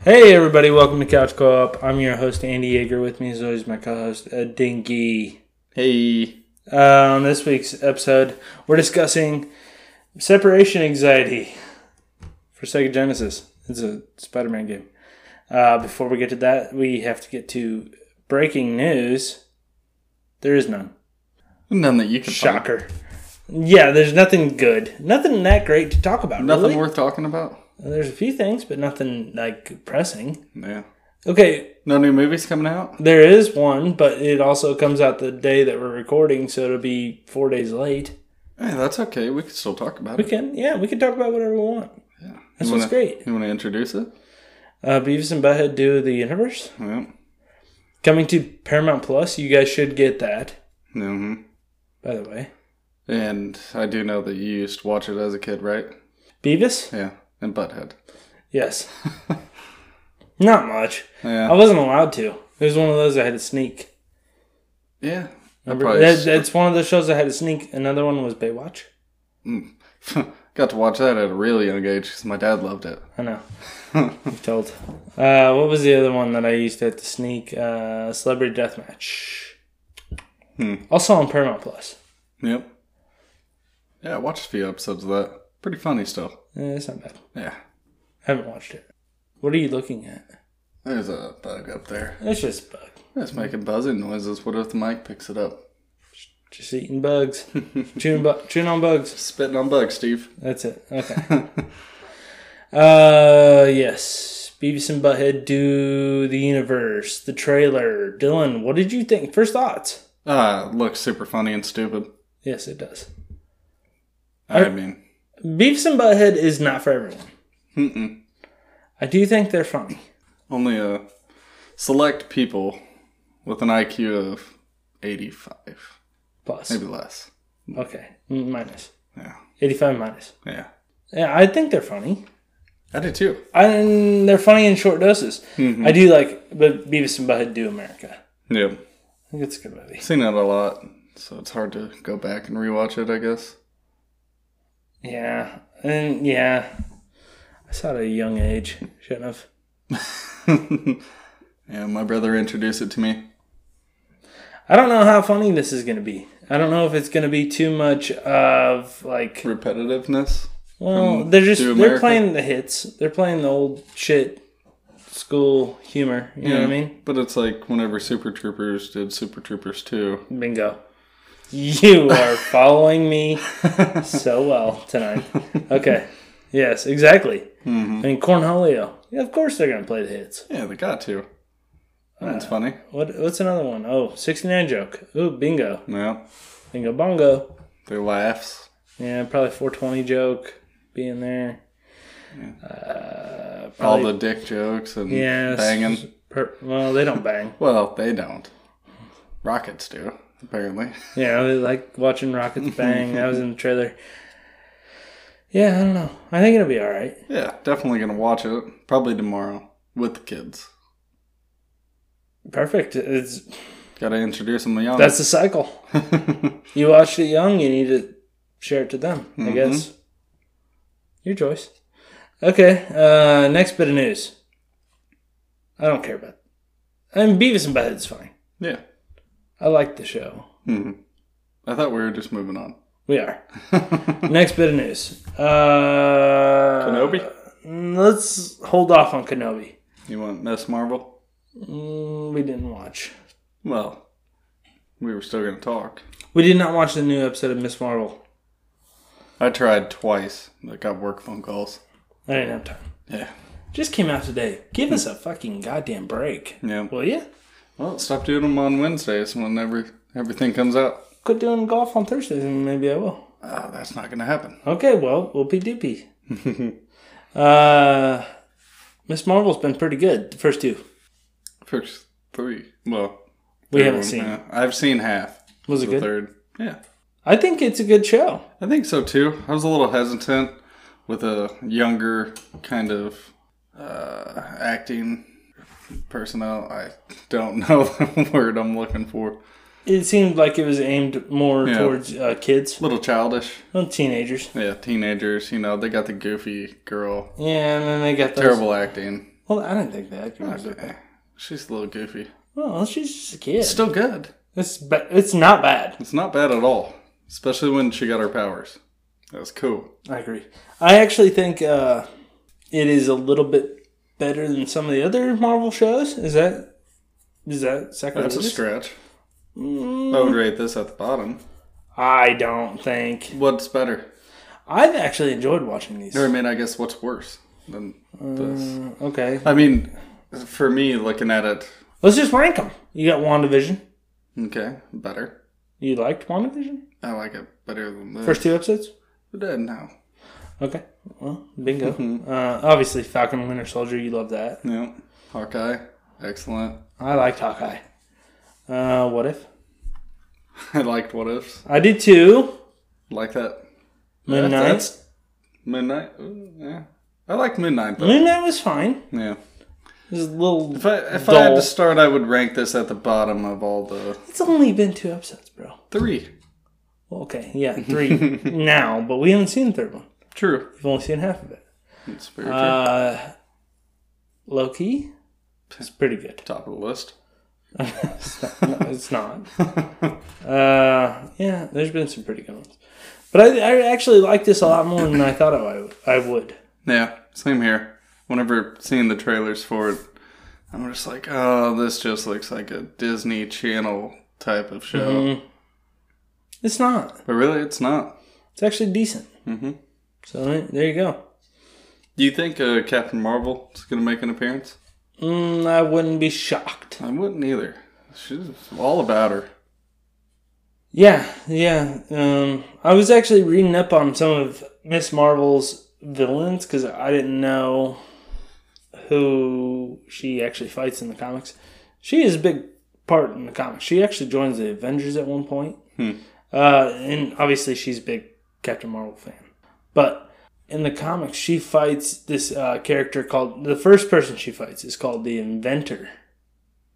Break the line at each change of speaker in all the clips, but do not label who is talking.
Hey everybody, welcome to Couch Co-op. I'm your host Andy Yeager. With me as always my co-host uh, Dinky.
Hey.
Uh, on this week's episode, we're discussing separation anxiety for Sega Genesis. It's a Spider-Man game. Uh, before we get to that, we have to get to breaking news. There is none.
None that you can find.
Shocker. Yeah, there's nothing good, nothing that great to talk about.
Nothing
really.
worth talking about.
There's a few things, but nothing like pressing.
Yeah.
Okay,
No new movies coming out.
There is one, but it also comes out the day that we're recording, so it'll be four days late.
Hey, that's okay. We can still talk about
We
it.
can, yeah, we can talk about whatever we want.
Yeah.
That's
you wanna,
what's great.
You want to introduce it?
Uh, Beavis and Butthead do the universe
Yeah.
coming to Paramount Plus. You guys should get that,
hmm
by the way.
And I do know that you used to watch it as a kid, right?
Beavis,
Yeah. And Butthead.
yes, not much.
Yeah.
I wasn't allowed to. It was one of those I had to sneak.
yeah. I
Remember?
probably
That, that's one of those shows I had to sneak. Another one was Baywatch.
got to watch that at a really young age because my dad loved it.
I know. You've told. Uh, what was the other one that I used to have to sneak? Uh, Celebrity Deathmatch.
Hmm.
Also on Paramount Plus.
Yep. Yeah, I watched a few episodes of that. Pretty funny still.
Eh, it's not bad.
Yeah.
I haven't watched it. What are you looking at?
There's a bug up there.
It's just bug.
It's making buzzing noises. What if the mic picks it up?
Just eating bugs. chewing, bu- chewing on bugs.
Spitting on bugs, Steve.
That's it. Okay. uh, yes. Beavis and Butthead do the universe. The trailer. Dylan, what did you think? First thoughts.
Ah, it looks super funny and stupid.
Yes, it does.
I
I-
mean,
Beavis and Butthead is not for everyone.
mm-mm.
I do think they're funny.
only a select people with an IQ of 85,
Plus.
maybe less.
Okay. Mm, Minus.
Yeah,
85 minus.
yeah.
Yeah, I think they're funny.
I do too.
I, and they're funny in short doses. I do like but Beavis and Butthead Do America.
Yeah,
I think it's a good movie.
seen it a lot, so it's hard to go back and rewatch it. I guess.
Yeah. And yeah. I saw it at a young age. Shouldn't have.
yeah, my brother introduced it to me.
I don't know how funny this is going to be. I don't know if it's going to be too much of like.
Repetitiveness.
Well,
From
they're just
Do
they're
America?
playing the hits. They're playing the old shit school humor. You
Hmm.
know what I mean?
But it's like whenever Super Troopers did Super Troopers 2.
Bingo. You are following me so well tonight. Okay. Yes, exactly.
Mm-hmm.
I mean, Cornholio. Yeah, of course they're going to play the hits.
Yeah, they got to. That's funny.
What? What's another one? Oh, 69 joke. Ooh, bingo.
Yeah,
Bingo bongo.
they laughs.
Yeah, probably 420 joke being there. Uh, probably,
all the dick jokes and
yes,
banging.
Per, well, they don't bang.
Well, they don't. Rockets do, apparently.
Yeah, I was like watching Rockets bang. That was in the trailer. Yeah, I don't know. I think it'll be all right.
Yeah, definitely gonna watch it. Probably tomorrow with the kids.
Perfect. It's
Gotta introduce them to young.
That's the cycle. you watched it young, you need to share it to them, I guess. Your choice. Okay, uh, next bit of news. I don't care about I mean, Beavis and Butthead's fine.
yeah.
I like the show.
hmm I thought we were just moving on.
We are. next bit of news. Uh,
Kenobi?
Let's hold off on Kenobi.
You want Miss Marvel?
Mm, we didn't watch.
Well, we were still gonna talk.
We did not watch the new episode of Miss Marvel.
I tried twice, but got work phone calls.
I didn't have time.
Yeah.
Just came out today. Give us a fucking goddamn break.
Yeah.
Will you?
Well, stop doing them on Wednesdays when every, everything comes out.
Quit doing golf on Thursdays and maybe I will.
Ah, that's not gonna happen.
Okay, well, whoopee doopy. uh, Miss Marvel's been pretty good, the first two.
First three. Well,
We
third
haven't
one,
seen.
yeah. Uh, I've seen half.
Was it
the
good?
third. Yeah.
I think it's a good show.
I think so too. I was a little hesitant with a younger kind of uh, acting personnel. I don't know the word I'm looking for.
It seemed like it was aimed more
Yeah.
towards uh, kids,
little childish.
well, teenagers.
Yeah, teenagers. You know, they got the goofy girl.
Yeah, and then they got those.
Terrible acting.
Well, I didn't think that. accurate was that bad.
Eh, She's a little goofy.
Well, she's just a kid.
It's still good.
It's ba- it's not bad.
It's not bad at all, especially when she got her powers. That was cool.
I agree. I actually think uh, it is a little bit better than some of the other Marvel shows. Is that is Mm. that
That's a
sacrilegious?
stretch. I would rate this at the bottom.
I don't think.
What's better?
I've actually enjoyed watching these.
Or I mean, I guess what's worse than this?
Okay,
I mean, for me, looking at it,
let's just rank them. You got WandaVision.
okay, better.
You liked WandaVision?
I like it better than this.
First two episodes.
Uh, no,
Okay. Well, bingo.
Mm-hmm.
Uh, obviously, Falcon and Winter Soldier. You love that.
no. Hawkeye, excellent.
I liked Hawkeye. Uh, what if
I liked What Ifs.
I did too?
Like that.
Moon
That's-
Knight.
that's- Midnight. Ooh, yeah. I like Midnight though.
Moon Knight was fine.
Yeah.
It was a little.
If I if I had
Dull.
to start, I would rank this at the bottom of all the
It's only been two episodes, bro.
three.
Well, okay, yeah, three now, but we haven't seen the third one.
True.
We've only seen half of it.
It's very true.
Uh, Loki is pretty good.
Top of the list.
No, it's not. Uh, yeah, there's been some pretty good ones, but I, I actually like this a lot more than I thought I, I would.
Yeah, same here. Whenever seeing the trailers for it, I'm just like, oh, this just looks like a Disney Channel type of show.
Mm-hmm. It's not.
But really, it's not.
It's actually decent. Mm-hmm. So eh, there you go.
Do you think uh, Captain Marvel is going to make an appearance?
Mm, I wouldn't be shocked.
I wouldn't either. She's all about her.
Yeah, yeah. Um, I was actually reading up on some of Miss Marvel's villains because I didn't know who she actually fights in the comics. She is a big part in the comics. She actually joins the Avengers at one point, uh, and obviously she's a big Captain Marvel fan. But in the comics, she fights this uh, character called the first person she fights is called the Inventor,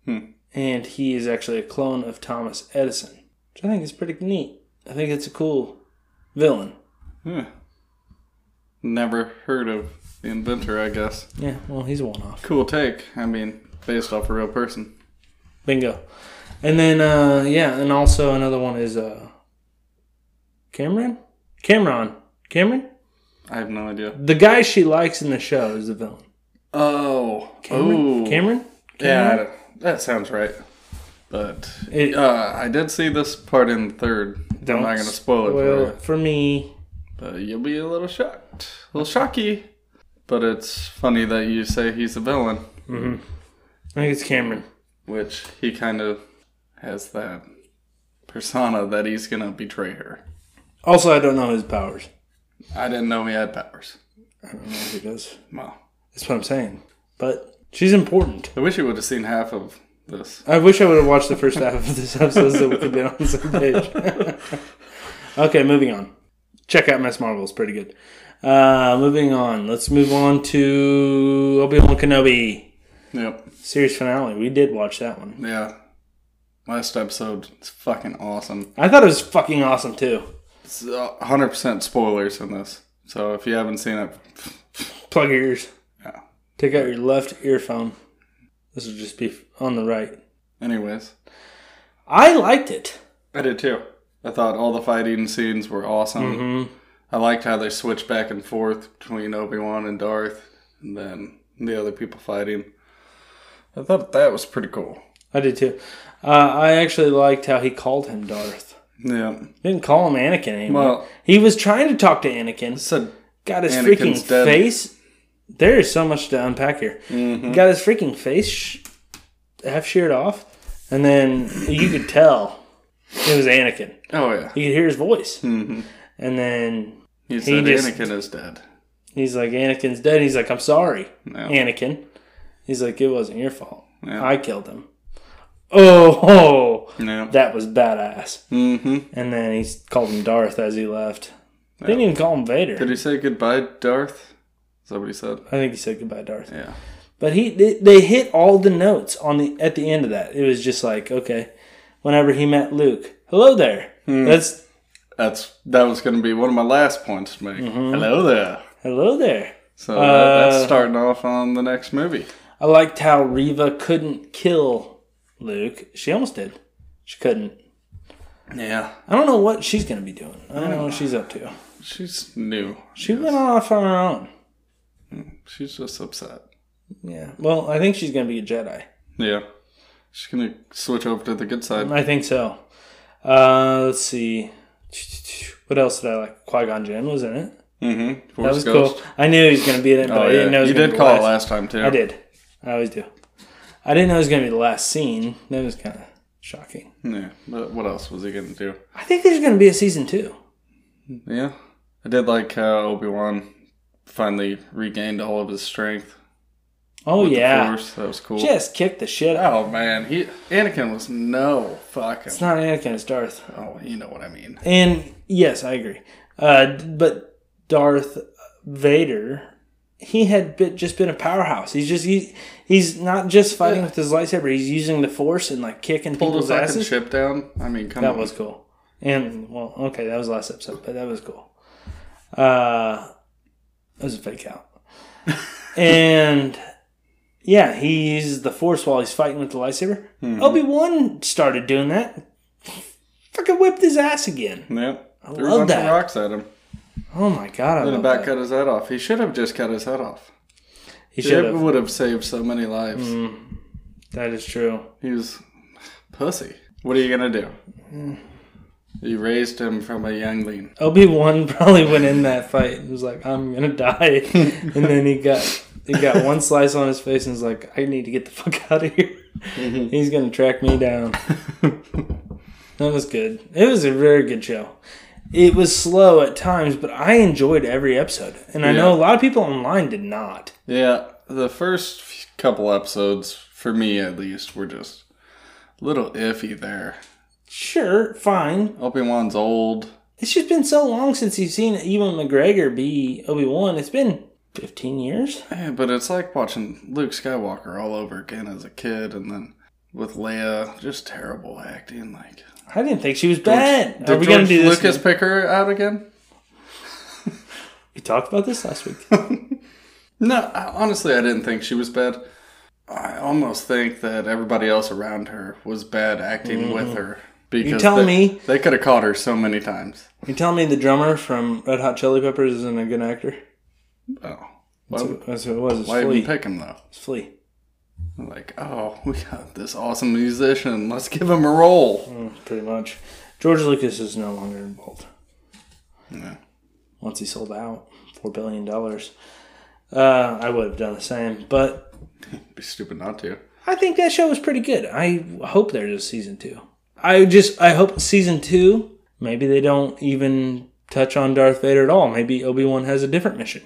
and he is actually a clone of Thomas Edison which I think is pretty neat. I think it's a cool villain.
Huh. Never heard of the inventor, I guess.
Yeah, well, he's a one-off.
Cool take. I mean, based off a real person.
Bingo. And then, uh, yeah, and also another one is uh, Cameron. Cameron. Cameron.
I have no idea.
The guy she likes in the show is the villain.
Oh.
Cameron.
Ooh.
Cameron.
Yeah, I don't- that sounds right. But
It-
uh, I did see this part in the third. I'm not going to spoil it
Well,
for you.
for me,
But you'll be a little shocked. A little shocky. But it's funny that you say he's a villain,
I think it's Cameron.
which he kind of has that persona that he's going to betray her.
Also, I don't know his powers.
I didn't know he had powers.
I don't know if he does.
Well,
That's what I'm saying. But she's important.
I wish you would have seen half of this.
I wish I would have watched the first half of this episode so we could have been on the same page. okay, moving on. Check out Miss Marvel; it's pretty good. Uh, moving on. Let's move on to Obi Wan Kenobi
Yep.
series finale. We did watch that one.
Yeah. Last episode, it's fucking awesome.
I thought it was fucking awesome too.
It's uh, 100% spoilers in this. So if you haven't seen it,
Plug your ears.
Yeah.
Take out your left earphone. This will just be on the right.
anyways.
I liked it.
I did too. I thought all the fighting scenes were awesome. I liked how they switched back and forth between Obi Wan and Darth, and then the other people fighting. I thought that was pretty cool.
I did too. Uh, I actually liked how he called him Darth.
Yeah.
Didn't call him Anakin anymore.
Well,
He was trying to talk to Anakin.
said
Got his
Anakin's
freaking
dead.
face. There is so much to unpack here.
Mm-hmm.
Got his freaking face sh- half sheared off, and then you could tell it was Anakin.
oh yeah,
You could hear his voice,
Mm-hmm.
and then
he said
just-
Anakin is dead.
he's like, "Anakin's dead." He's like, "I'm sorry,
No.
Anakin." He's like, "It wasn't your fault.
Yeah.
I killed him." Oh, oh,
No.
that was badass.
Mm-hmm.
And then he called him Darth as he left. Didn't even call him Vader.
Did he say goodbye, Darth? Is that what he said?
I think he said goodbye, Darth.
Yeah.
But he they, they hit all the notes on the at the end of that. It was just like okay, whenever he met Luke, hello there.
Hmm.
That's
That's that was going to be one of my last points to make. Hello there.
hello there.
So that-
Uh,
that's starting off on the next movie.
I liked how Reva couldn't kill Luke. She almost did. She couldn't.
Yeah,
I don't know what she's gonna be doing. I don't know what she's up to.
she's new.
She went off on her own.
She's just upset.
Yeah. Well, I think she's gonna be a Jedi.
Yeah, she's gonna switch over to the good side.
I think so. Uh, let's see. What else did I like? Qui Gon Jinn was in it.
Mm-hmm.
That was cool. I knew he was gonna be in it, but
Oh
I didn't know.
yeah,
He was
you
gonna
did
be
call
last.
it last time too.
I did. I always do. I didn't know it was gonna be the last scene. That was kind of shocking.
Yeah, but what else was he gonna do?
I think there's gonna be a season two.
Yeah, I did like how Obi Wan finally regained all of his strength.
Oh
with the
yeah,
Force. that was cool.
just kick the shit out.
Oh man, he Anakin was no fucking.
It's not Anakin, it's Darth.
Oh, you know what I mean.
And yes, I agree. Uh, d- but Darth Vader, he had been, just been a powerhouse. He's just he, he's not just fighting with his lightsaber. He's using the Force and like kicking
Pulled his
people's
fucking
asses.
ship down. I mean, come
That
on.
was cool. And well, okay, that was last episode, but that was cool. Uh, that was a fake out. and yeah, he uses the Force while he's fighting with the lightsaber. Obi Wan started doing that. Fucking whipped his ass again.
Yeah. I Threw
love
a bunch
that.
of rocks at him.
Oh my god! I
Then
love
about
that.
cut his head off. He should have just cut his head off.
He
It
should have.
would have Mm. saved so many lives.
That is true.
He was pussy. What are you gonna do? Mm. You raised him from a youngling.
Obi Wan probably went in that fight and was like, "I'm gonna die," and then he got he got one slice on his face and was like, "I need to get the fuck out of here. He's gonna track me down." that was good. It was a very good show. It was slow at times, but I enjoyed every episode, and I know a lot of people online did not.
Yeah, the first f- couple episodes, for me at least, were just a little iffy there.
Sure, fine.
Obi Wan's old.
It's just been so long since you've seen Ewan McGregor be Obi Wan. It's been fifteen years.
Yeah, Eh, but it's like watching Luke Skywalker all over again as a kid, and then with Leia, just terrible acting. Like,
I didn't think she was bad.
did
Are we
George
gonna do this?
Lucas pick her out again?
We talked about this last week.
No, I, honestly, I didn't think she was bad. I almost think that everybody else around her was bad acting with her. Because
Mm-hmm. tell
they,
me.
they could have caught her so many times.
You tell me the drummer from Red Hot Chili Peppers isn't a good actor?
Oh,
That's
why,
what, that's what it was. It's
why even
Flea.
pick him though?
it's Flea.
Like, oh, we got this awesome musician. Let's give him a role.
Mm, pretty much. George Lucas is no longer involved.
Yeah.
Once he sold out, four billion dollars. Uh, I would have done the same, but
Be stupid not to.
I think that show was pretty good. I hope there's a season two. I just I hope season two. Maybe they don't even touch on Darth Vader at all. Maybe Obi Wan has a different mission.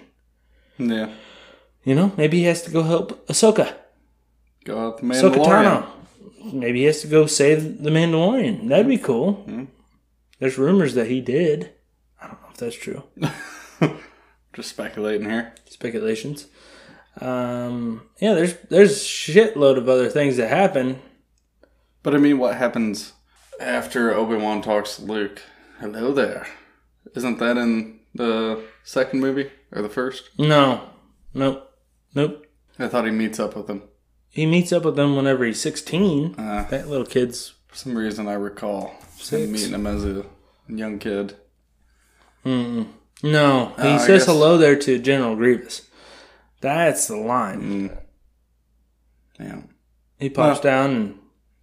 Yeah.
You know, maybe he has to go help Ahsoka.
Go out the
So
Mandalorian.
Katana. Maybe he has to go save the Mandalorian. That'd be cool.
Hmm.
There's rumors that he did. I don't know if that's true.
Just speculating here.
Speculations. Um, yeah, there's there's shitload of other things that happen.
But I mean, what happens after Obi Wan talks to Luke? Hello there. Isn't that in the second movie or the first?
No, nope, nope.
I thought he meets up with him.
He meets up with them whenever he's 16.
Ah.
that little kid's.
For some reason, I recall him meeting him as a young kid.
No, he
Oh, I
says
guess-
hello there to General Grievous. That's the
Mm.
line.
Yeah,
He pops down and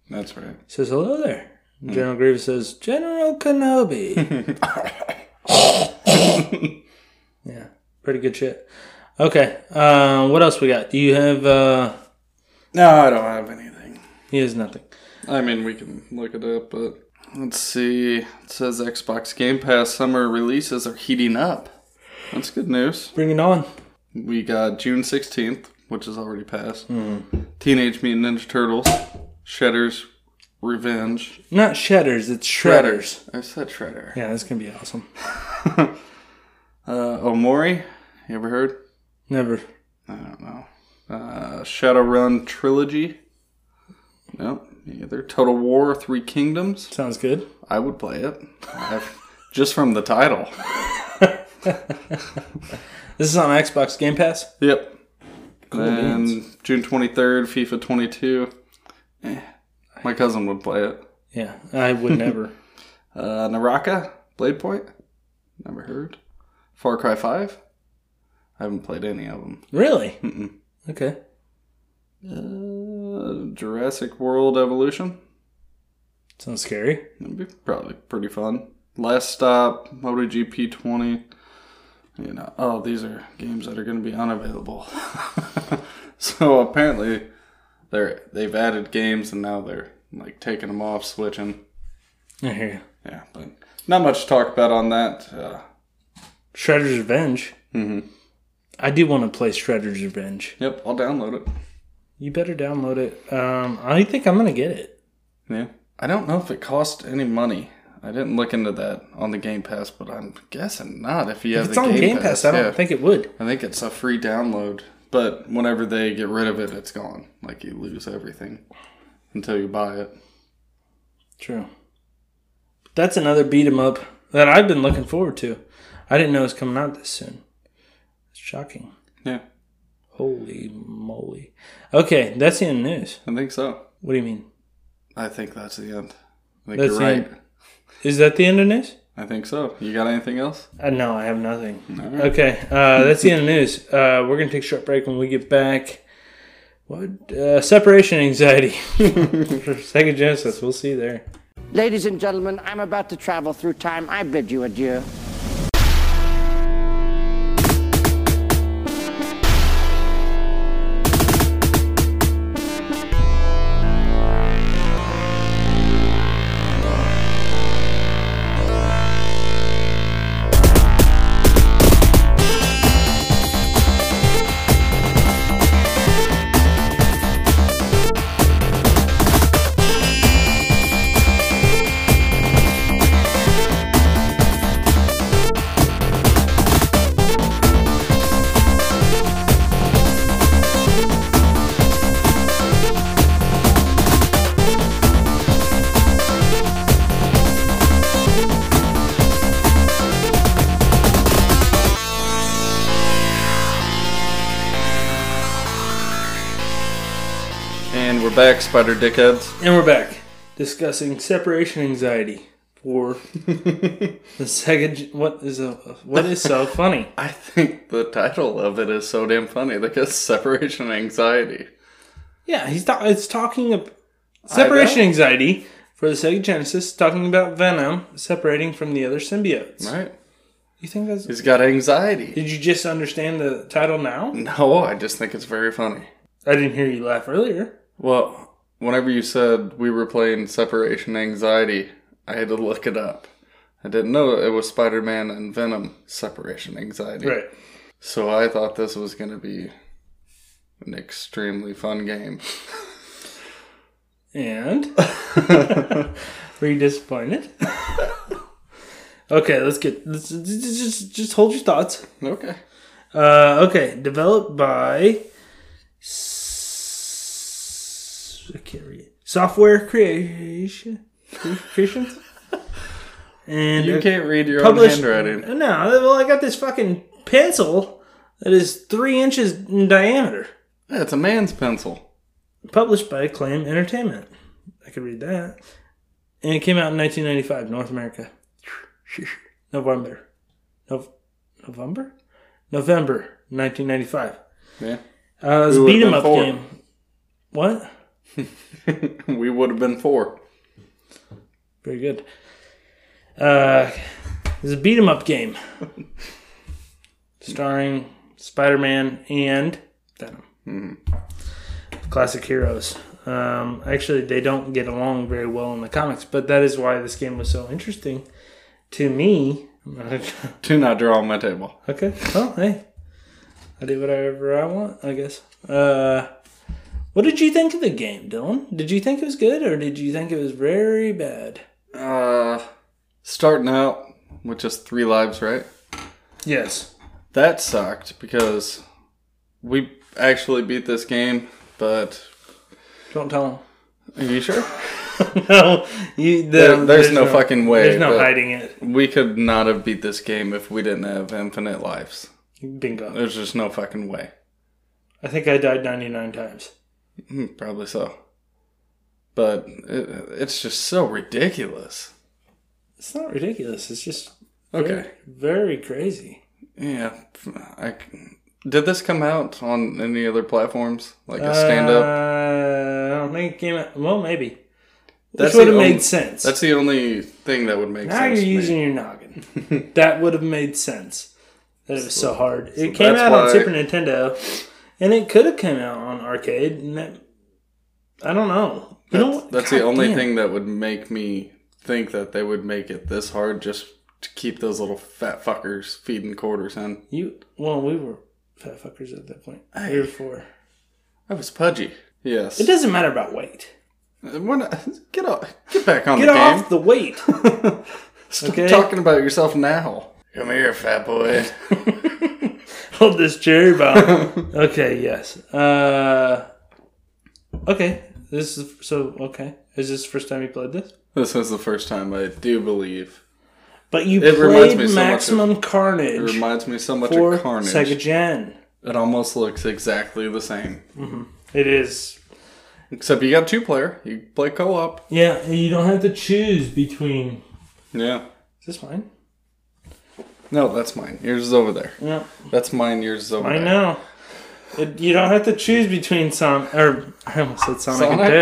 that's right.
says hello there. General Grievous says, General Kenobi. yeah, pretty good shit. Okay, uh, what else we got? Do you have? Uh,
No, I don't have anything.
he has nothing.
I mean, we can look it up, but let's see. It says Xbox Game Pass summer releases are heating up. That's good news.
Bring it on.
We got June 16th, which is already passed. Teenage Mutant Ninja Turtles, Shredder's Revenge.
Not Shedders, it's Shredders.
I said Shredder.
Yeah, that's gonna be awesome.
Uh, Omori, you ever heard?
Never.
I don't know. Uh, Shadowrun Trilogy. No, me either. Total War Three Kingdoms.
Sounds good.
I would play it. I've- just from the title.
This is on Xbox Game Pass.
Yep.
Cool
then
beans.
June 23rd, FIFA 22. Eh, my cousin would play it.
Yeah, I would never.
Uh, Naraka, Blade Point. Never heard. Far Cry 5. I haven't played any of them.
really?
Mm-mm.
Okay.
Uh, Jurassic World Evolution.
Sounds scary.
That'd be probably pretty fun. Last Stop, MotoGP 20. You know, oh, these are games that are going to be unavailable. so apparently, they're they've added games and now they're like taking them off, switching.
I hear you.
Yeah, but not much to talk about on that. Uh,
Shredder's Revenge.
mhm.
I do want to play Shredder's Revenge.
Yep, I'll download it.
You better download it. Um, I think I'm gonna get it.
Yeah. I don't know if it cost any money. I didn't look into that on the Game Pass, but I'm guessing not. If you have
If it's
the
on Game, Pass, I don't
yeah.
think it would.
I think it's a free download, but whenever they get rid of it, it's gone. Like you lose everything until you buy it.
True. That's another beat 'em up that I've been looking forward to. I didn't know it was coming out this soon. It's shocking.
Yeah,
Holy moly. Okay, that's the end of news.
I think so.
What do you mean?
I think that's the end. I think
That's
you're
the
right.
Is that the end of news?
I think so. You got anything else?
Uh, no, I have nothing.
All right.
Okay, uh, that's the end of news. Uh, we're going to take a short break when we get back. What? Uh, separation anxiety for Sega Genesis. We'll see you there.
Ladies and gentlemen, I'm about to travel through time. I bid you adieu.
And we're back, Spider Dickheads.
And we're back discussing separation anxiety for the Sega. Ge- What is a, what is so funny?
I think the title of it is so damn funny because separation anxiety.
Yeah, he's ta- it's talking about separation anxiety for the Sega Genesis, talking about Venom separating from the other symbiotes.
Right?
You think that's?
He's got anxiety.
Did you just understand the title now?
No, I just think it's very funny.
I didn't hear you laugh earlier.
Well, whenever you said we were playing Separation Anxiety, I had to look it up. I didn't know it was Spider Man and Venom Separation Anxiety.
Right.
So I thought this was going to be an extremely fun game.
And were you disappointed? okay, let's get let's, just just- just hold your thoughts.
Okay.
Uh, okay, developed by s- I can't read it. Software creation creations and
You can't read your
published-
own handwriting.
No, well, I got this fucking pencil that is three inches in diameter.
Yeah, it's a man's pencil.
Published by Acclaim Entertainment. I could read that. And it came out in 1995, North America. November. Nov- November? November 1995.
Yeah.
Uh, it was
Who
a
would've
beat 'em
been
up
four?
game. What?
we would have been four.
Very good. Uh, it was a beat 'em up game. Starring Spider Man and Venom. Classic heroes. Um, actually, they don't get along very well in the comics, but that is why this game was so interesting to me.
Do not draw on my table.
okay. Well, hey. I do whatever I want, I guess. Uh, what did you think of the game, Dylan? Did you think it was good or did you think it was very bad?
Uh, starting out with just three lives, right?
Yes.
That sucked because we actually beat this game, but
Don't tell them.
are you sure?
no, you, the,
There- there's no fucking way,
There's no
but-
hiding it.
We could not have beat this game if we didn't have infinite lives.
Bingo.
There's just no fucking way.
I think I died 99 times.
Hmm, Probably so. But it, it's just so ridiculous.
It's not ridiculous. It's just very,
Okay.
very crazy.
Yeah. I, did this come out on any other platforms? Like a stand up?
Uh, I don't think it came out. Well, maybe.
That's
Which would have
the
made
only-
sense.
That's the only thing that would make
now you're
sense. to me.
using your noggin. that would have made sense. That it was so hard. It came
that's
out on
why-
Super Nintendo, and it could have come out on arcade. And that, I don't know. You know
That's,
what?
that's
God
the only
damn.
thing that would make me think that they would make it this hard just to keep those little fat fuckers feeding quarters in.
You well, we were fat fuckers at that point. We were four.
I was pudgy. Yes.
It doesn't matter about weight.
We're not- get off. Get back on
Get
the game.
off the weight.
Stop
okay.
talking about yourself now. Come here, fat boy.
Hold this cherry bomb. okay, yes. Uh, okay, this is so okay. Is this the first time you played this?
this was the first time I do believe.
But you
It reminds
played
me so much of-
Maximum
It
Carnage
reminds me so much
for
of Carnage.
Sega Gen.
It almost looks exactly the same.
It is.
Except you got two player. You play co op.
Yeah, and you don't have to choose between.
Yeah.
Is this mine?
No, that's mine. Yours is over there.
No,
That's mine. Yours is over
I
there.
know. It, you don't have to choose between Sonic or I almost said Sonic, and
Sonic?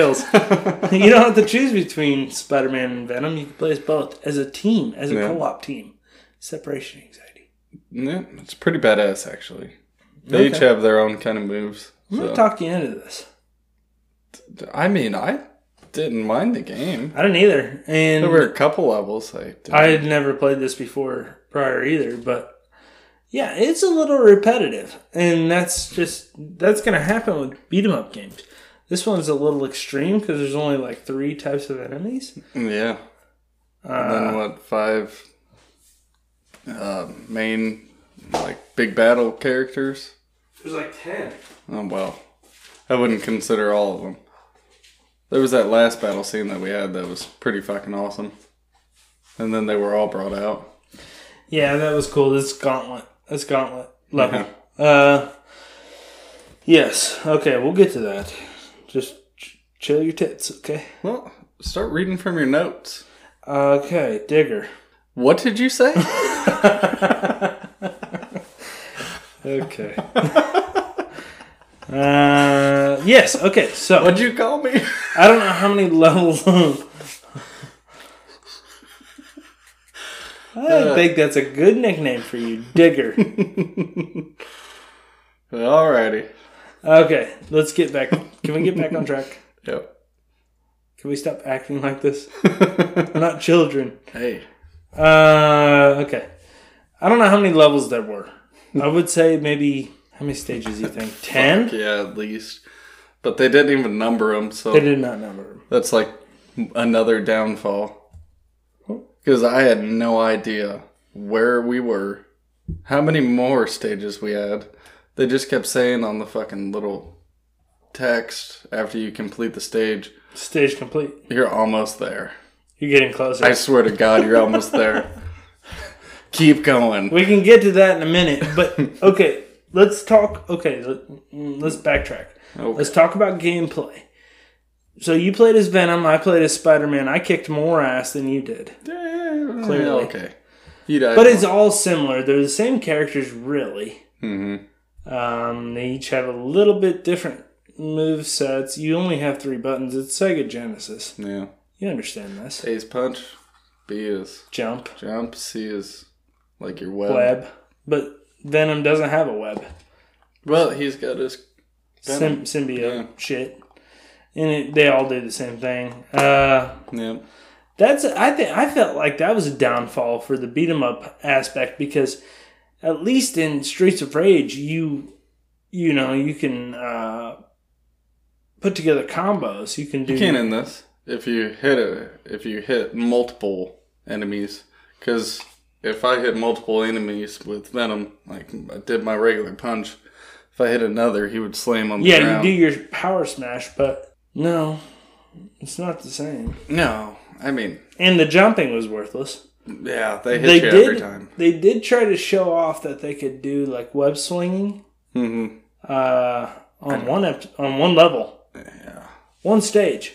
Tails. you don't have to choose between Spider-Man and Venom. You can play as both as a team, as a
Yeah.
co-op team. Separation anxiety.
Yeah, it's pretty badass actually. They each
Okay.
have their own kind of moves.
I'm gonna
so-
talk you into this.
I mean, I didn't mind the game.
I didn't either, and
There were a couple levels I did.
I had never played this before prior either. But yeah, it's a little repetitive, and that's just that's gonna happen with beat 'em up games. This one's a little extreme because there's only like three types of enemies.
yeah. and then what? Five uh, main like big battle characters.
There's like ten.
Oh well, I wouldn't consider all of them. There was that last battle scene that we had that was pretty fucking awesome. And then they were all brought out.
Yeah, that was cool. This gauntlet. This gauntlet level. Uh, yes. Okay, we'll get to that. Just ch- chill your tits, okay?
Well, start reading from your notes.
Okay, Digger.
What did you say?
Okay. uh, yes. Okay. So
What'd you call me?
I don't know how many levels. I think that's a good nickname for you, Digger.
Alrighty.
okay, let's get back. Can we get back on track?
Yep.
Can we stop acting like this? We're not children.
Hey.
Uh, okay. I don't know how many levels there were. I would say maybe how many stages do you think? Ten?
Yeah, at least. But they didn't even number them,
They
so
did not number them.
that's like another downfall. Because I had no idea where we were, how many more stages we had. They just kept saying on the fucking little text after you complete the stage,
Stage complete.
you're almost there.
You're getting closer.
I swear to God, you're almost there. Keep going.
We can get to that in a minute, but okay, let's talk. Okay, let, mm, let's backtrack.
Okay.
Let's talk about gameplay. So you played as Venom, I played as Spider Man. I kicked more ass than you did,
Clearly. Okay. You died.
but it's all similar. They're the same characters, really. Mm-hmm. Um, they each have a little bit different move sets. You only have three buttons. It's Sega Genesis.
yeah.
You understand this?
A is punch, B is
Jump,
jump, C is like your web.
web, but Venom doesn't have a web.
Well, he's got his.
Sym- symbiote shit, and it, they all do the same thing. Uh,
Yeah.
that's I think I felt like that was a downfall for the beat 'em up aspect because at least in Streets of Rage you you know you can uh, put together combos. You can do
You can in this if you hit a, if you hit multiple enemies because if I hit multiple enemies with venom, like I did my regular punch, if I hit another, he would slam on the
yeah
ground.
you do your power smash, but no, it's not the same.
No, I mean,
And the jumping was worthless.
yeah, they hit
they
you
did
every time.
they did try to show off that they could do like web swinging. Mm-hmm. Uh, on one ep- on one level,
Yeah.
one stage.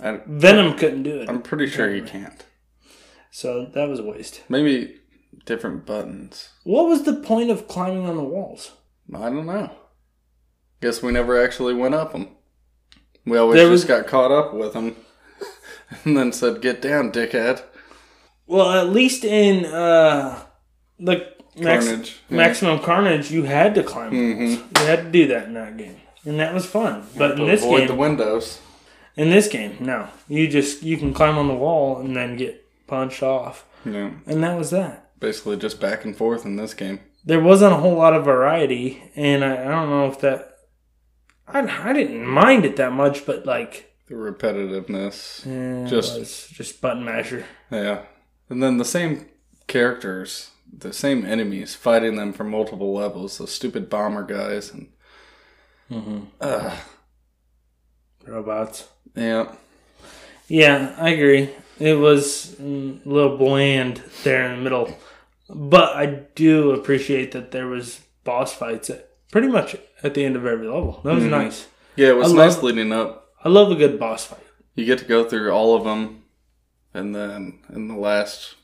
I,
Venom couldn't do it,
I'm pretty sure you can't.
so that was a waste.
Maybe different buttons.
What was the point of climbing on the walls?
I don't know. Guess we never actually went up them. We always
There
just
was-
got caught up with them, and then said, "Get down, dickhead."
Well, at least in uh, the max-
Carnage, yeah. Mm-hmm.
maximum carnage, you had to climb. walls. You had to do that in that game, and that was fun. But in this
Avoid
game,
the windows.
in this game, no, you just you can climb on the wall and then get punched off,
Yeah,
and that was that.
basically just back and forth in this game.
There wasn't a whole lot of variety, and I, I don't know if that. I, I didn't mind it that much, but like
The repetitiveness.
eh, it
Just-
was just button masher.
Yeah, and then the same characters, the same enemies, fighting them from multiple levels. Those stupid bomber guys and Ugh.
robots.
yeah,
Yeah, I agree. It was mm, a little bland there in the middle, but I do appreciate that there was boss fights at pretty much at the end of every level. That was nice.
yeah. It was
I
nice
love-
leading up.
I love a good boss fight.
you get to go through all of them and then in the last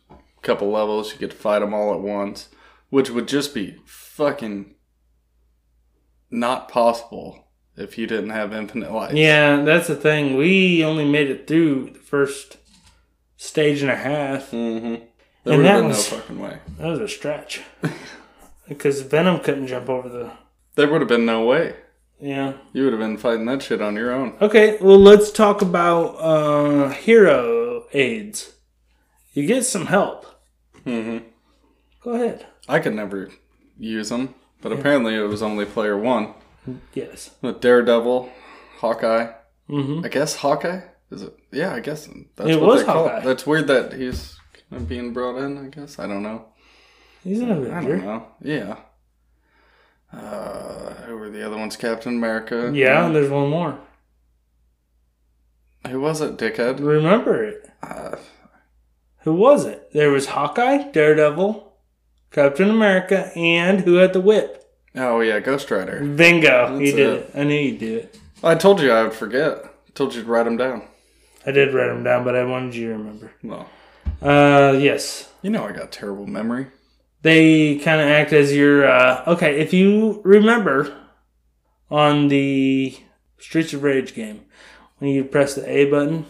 couple levels you get to fight them all at once which would just be fucking not possible if you didn't have infinite life
Yeah, that's the thing. We only made it through the first stage and a half.
mm-hmm.
And
there would
that
have been
was-
no fucking way
That was a stretch because Venom couldn't jump over the.
there would have been no way
Yeah.
you would have been fighting that shit on your own
Okay, well, let's talk about uh, hero aids. You get some help.
mm-hmm.
Go ahead.
i could never use them but apparently it was only player one
Yes.
the daredevil hawkeye
Mm-hmm.
I guess Hawkeye is it? Yeah, I guess that's
It
what
was
they call
Hawkeye.
it. That's weird that he's kind of being brought in. I guess I don't know.
He's an
I don't
Avenger.
know. Yeah. Uh, who were the other ones? Captain America.
Yeah, and there's one more.
Who was it? Dickhead.
Remember it.
Uh,
Who was it? There was Hawkeye, Daredevil, Captain America, and who had the whip?
oh yeah, Ghost Rider.
Bingo. you
That's
did it.
it.
I knew you'd do it.
I told you I would forget. told you to write him down.
I did write them down, but I wanted you to remember.
Well,
Uh, yes.
you know I got terrible memory.
They kind of act as your. Uh, okay, if you remember on the Streets of Rage game, when you press the A button,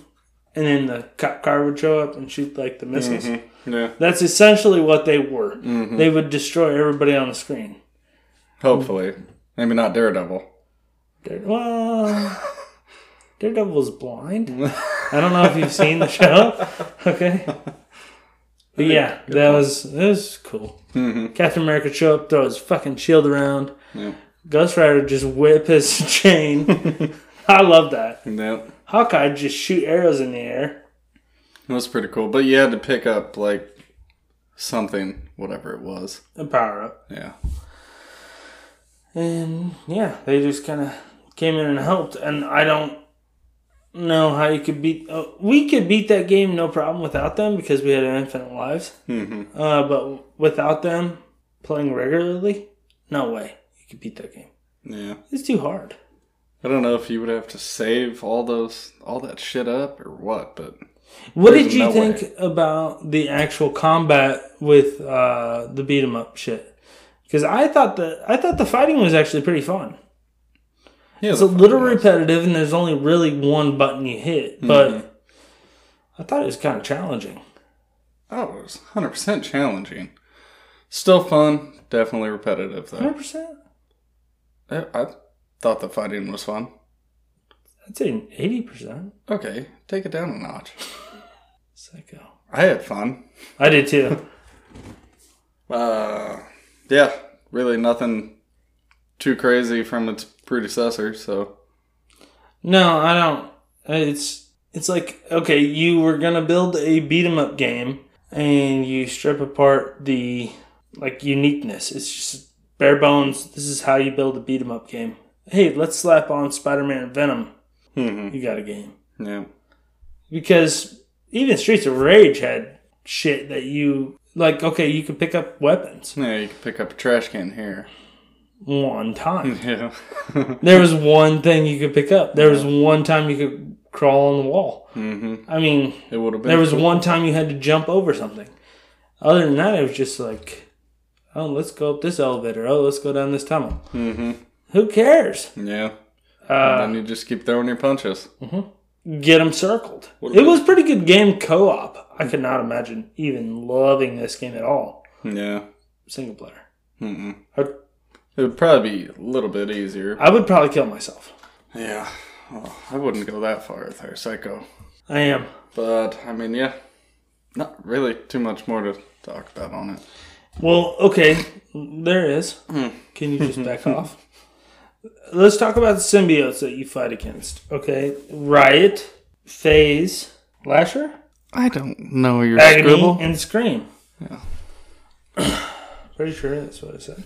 and then the cop car would show up and shoot like the missiles.
Yeah.
That's essentially what they were. They would destroy everybody on the screen.
Hopefully, maybe not Daredevil.
Dare- well, Daredevil's blind. I don't know if you've seen the show. Okay. But yeah, that was that was cool. Captain America would show up, throw his fucking shield around.
Yeah.
Ghost Rider would just whip his chain. I love that.
Yep.
Hawkeye would just shoot arrows in the air.
It was pretty cool, but you had to pick up like something, whatever it was.
and power up.
Yeah.
And yeah, they just kind of came in and helped. And I don't know how you could beat. Uh, we could beat that game no problem without them because we had infinite lives. Mm-hmm. Uh, but without them playing regularly, no way you could beat that game.
Yeah.
It's too hard.
I don't know if you would have to save all those all that shit up or what, but
What
There's
did you
no
think
way.
about the actual combat with uh, the beat 'em up shit? Because I thought the I thought the fighting was actually pretty fun.
yeah,
It's a little repetitive, and there's only really one button you hit, but I thought it was kind of challenging.
oh, it was hundred percent challenging. Still fun, definitely repetitive though.
100%?
I, I thought the fighting was fun.
I'd say 80%.
Okay, take it down a notch.
Psycho.
I had fun.
I did too.
Uh, yeah, really nothing too crazy from its predecessor. So
no, I don't. It's it's like okay, you were gonna build a beat 'em up game, and you strip apart the like uniqueness. It's just bare bones. This is how you build a beat 'em up game. Hey, let's slap on Spider Man and Venom. You got a game.
yeah,
because even Streets of Rage had shit that you like. Okay, you could pick up weapons.
yeah, you can pick up a trash can here.
one time.
Yeah.
There was one thing you could pick up. There was one time you could crawl on the wall. Mm-hmm. I mean,
It would have been.
there was one time you had to jump over something. Other than that, it was just like, oh, let's go up this elevator. Oh, let's go down this tunnel. Mm-hmm. Who cares?
Yeah. Uh, then you just keep throwing your punches.
Get them circled. It was pretty good game co-op. I could not imagine even loving this game at all.
Yeah.
Single player.
Mm-mm.
I'd-
It would probably be a little bit easier.
I would probably kill myself.
Yeah. Well, I wouldn't go that far with her psycho.
I am.
But, I mean, yeah. Not really too much more to talk about on it.
Well, okay, there is. Can you just back off? Let's talk about the symbiotes that you fight against. Okay, Riot, Phase, Lasher,
I don't know your
Agony,
scribble.
and Scream. Pretty sure that's what I said.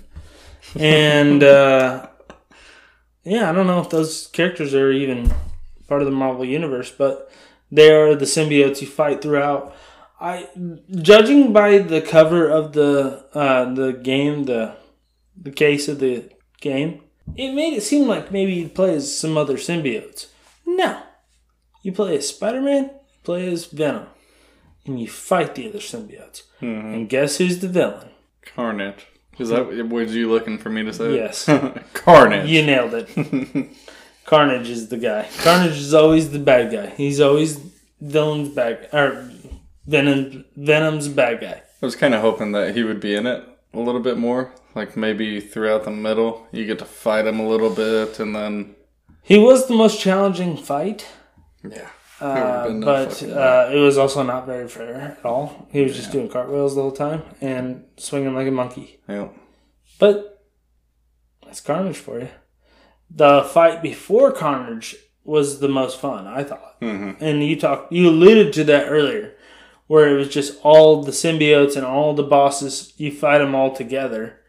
And uh, yeah, I don't know if those characters are even part of the Marvel universe, but they are the symbiotes you fight throughout. I, judging by the cover of the uh, the game, the the case of the game, it made it seem like maybe you play as some other symbiotes. No, you play as Spider Man, you play as Venom, and you fight the other symbiotes. And guess who's the villain?
Carnage. Is that what you looking for me to say?
Yes.
Carnage.
You nailed it. Carnage is the guy. Carnage is always the bad guy. He's always villain's bad or Venom Venom's bad guy.
I was kind of hoping that he would be in it a little bit more. Like maybe throughout the middle, you get to fight him a little bit, and then
He was the most challenging fight,
yeah,
uh, but uh, it was also not very fair at all. He was just doing cartwheels the whole time and swinging like a monkey.
yeah,
But that's Carnage for you. The fight before Carnage was the most fun, I thought. Mm-hmm. And you talked, you alluded to that earlier, where it was just all the symbiotes and all the bosses. You fight them all together,